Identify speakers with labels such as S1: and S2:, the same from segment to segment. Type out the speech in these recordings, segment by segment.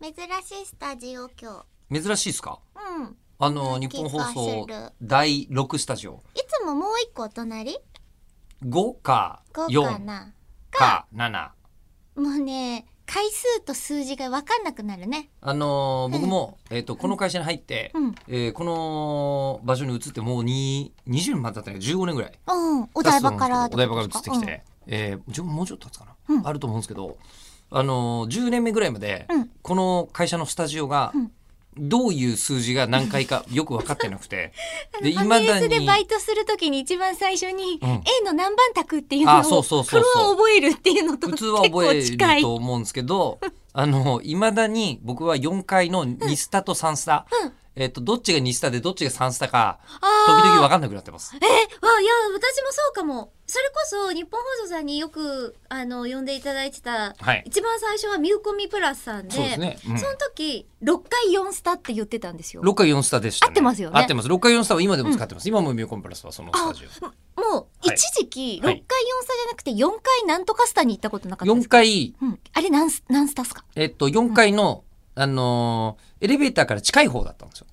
S1: 珍しいスタジオ今日
S2: 珍しいですか
S1: うん
S2: あの
S1: ん
S2: 日本放送
S1: 気がする
S2: 第6スタジオ
S1: いつももう一個お隣
S2: 5か
S1: 5か
S2: 4
S1: な
S2: か7
S1: もうね回数と数字が分かんなくなるね
S2: あのー僕も、えっとこの会社に入って、
S1: うん
S2: えーこの場所に移ってもうに20年経ったね15年ぐらい
S1: うんお台場から
S2: お台場から移
S1: てこ
S2: っ
S1: と
S2: て
S1: です
S2: きて、えーじゃあもうちょっと経つかな、
S1: うん
S2: あると思うんですけど、あのー10年目ぐらいまで、
S1: うん
S2: この会社のスタジオが、
S1: うん
S2: どういう数字が何回かよく分かってな くてで
S1: うん、ファミレスでバイトするときに一番最初に、
S2: うん
S1: A の何番卓っていうのを
S2: あそうそうそうそう
S1: フロアを覚えるっていうのと
S2: 普
S1: 結
S2: 通は覚え
S1: 構近
S2: る
S1: い
S2: と思うんですけどあのいまだに僕は4階の2スタと3スタ、
S1: うん
S2: えっとどっちが2スタでどっちが3スタか時
S1: あー
S2: 々分かんなくなってます
S1: えわいや私もそうかもそれこそ日本放送さんによくあの呼んでいただいてた、
S2: はい
S1: 一番最初はミューコミプラスさんで
S2: そうですね、うん
S1: その時6回4スタって言ってたんですよ。も
S2: 6回4スタでした、
S1: 合
S2: ね、
S1: ってますよね
S2: 合ってます6回4スタは今でも使ってます、今もミューコンプラスはそのスタジオ
S1: う一時期6
S2: は
S1: 回
S2: い
S1: 4スタじゃなくて4回なんとかスタに行ったことなかったで
S2: 4
S1: すか、
S2: 階
S1: うん、あれ何ス何スタっすか
S2: えっと、4階の、あのーエレベーターから近い方だったんですよ。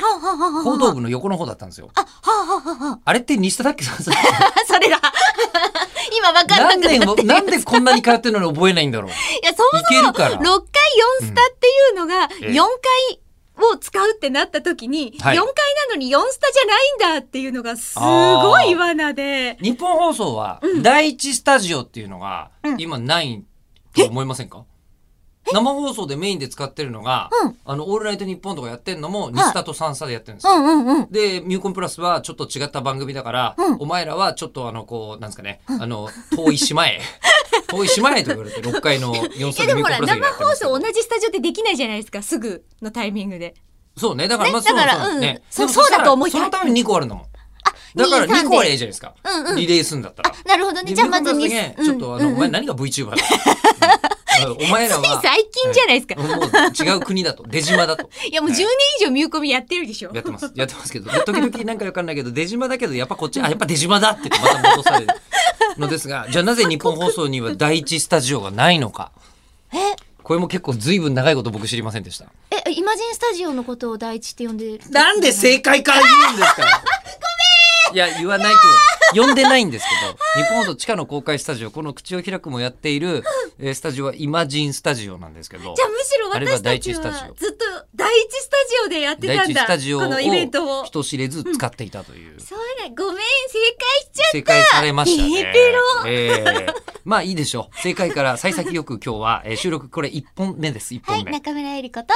S1: はあ、はあはあはあ、
S2: 報道部の横の方だったんですよ。
S1: あはあはあはあは
S2: あれって西田だ っけ
S1: あそれだ 今分からな
S2: 何
S1: くなって
S2: 年も、
S1: る
S2: なんでこんなに通ってるのに覚えない んだろう。い
S1: いやそもそも
S2: けるか
S1: 6回
S2: ら。
S1: 4スタっていうのが
S2: ええ
S1: 4回を使うってなった時に、
S2: はい
S1: 4回なのに4スタじゃないんだっていうのがすごい罠で
S2: 日本放送は、第一スタジオっていうのが
S1: う、ん
S2: 今ないと思いませんか、生放送でメインで使ってるのが、
S1: うん
S2: あの、オールナイトニッポンとかやってんのも、西田とサンスタでやってるんですよ。
S1: うんうんうん
S2: で、ミューコンプラスはちょっと違った番組だから、
S1: うん
S2: お前らはちょっとあの、こう、なんですかね、あの、遠い島へ、 遠い島へと言われて、6階の4
S1: いや
S2: 歳
S1: で
S2: で
S1: も
S2: ミュー
S1: ほ
S2: コ
S1: ら生
S2: ンプラスがやってま
S1: 放
S2: す
S1: 送同じスタジオってできないじゃないですかすぐのタイミングで
S2: そうね、だから、
S1: ね
S2: まあ、そう
S1: だから
S2: そう
S1: うん
S2: ね。
S1: そう
S2: でも
S1: そうだと思い
S2: そ
S1: た
S2: したらそのために2個あるんだもん。
S1: あ
S2: だから
S1: 23
S2: 2個はええじゃないですか。
S1: うんうん
S2: リレーするんだったら。
S1: なるほどねじゃあまず
S2: ミュ
S1: ミ
S2: ーコンプラスだけ
S1: ス
S2: ちょっとあの、
S1: うんうん
S2: お前何が VTuber だ うんお前ら
S1: つい
S2: は、
S1: 最近じゃないですか、
S2: もう違う国 だと、出島だと。
S1: い、やもう10年以上見込みやってるでしょ
S2: やってます。やってますけど、で時々なんかわかんないけど、出島だけど、やっぱこっち、あ、やっぱ出島だって言ってまた戻されるのですが、じゃあなぜ日本放送には第一スタジオがないのか。
S1: え
S2: これも結構ずいぶん長いこと僕知りませんでした。
S1: えイマジンスタジオのことを第一って呼んでる
S2: なんで正解から言うんです かごめんいや、言わないと。呼んでないんですけど、日本放送地下の公開スタジオ、この口を開くもやっている、えースタジオはイマジンスタジオなんですけど
S1: じゃ、あむしろ
S2: あれは
S1: 私
S2: 第
S1: たち
S2: 一スタジ
S1: は
S2: オ
S1: ずっと第一スタジオでやって
S2: 第
S1: たん
S2: 一
S1: だ
S2: スタジオ
S1: こ
S2: を
S1: のイベントを。
S2: 人知れず使っていたという。
S1: そうだごめん正解しちゃ
S2: 正解されました
S1: ビ
S2: ね
S1: リビロ。
S2: ええまあいいでしょう。正解から幸先よく今日は、えー収録これ一本目です。一
S1: は
S2: 本
S1: い
S2: 目。
S1: 中村えり子と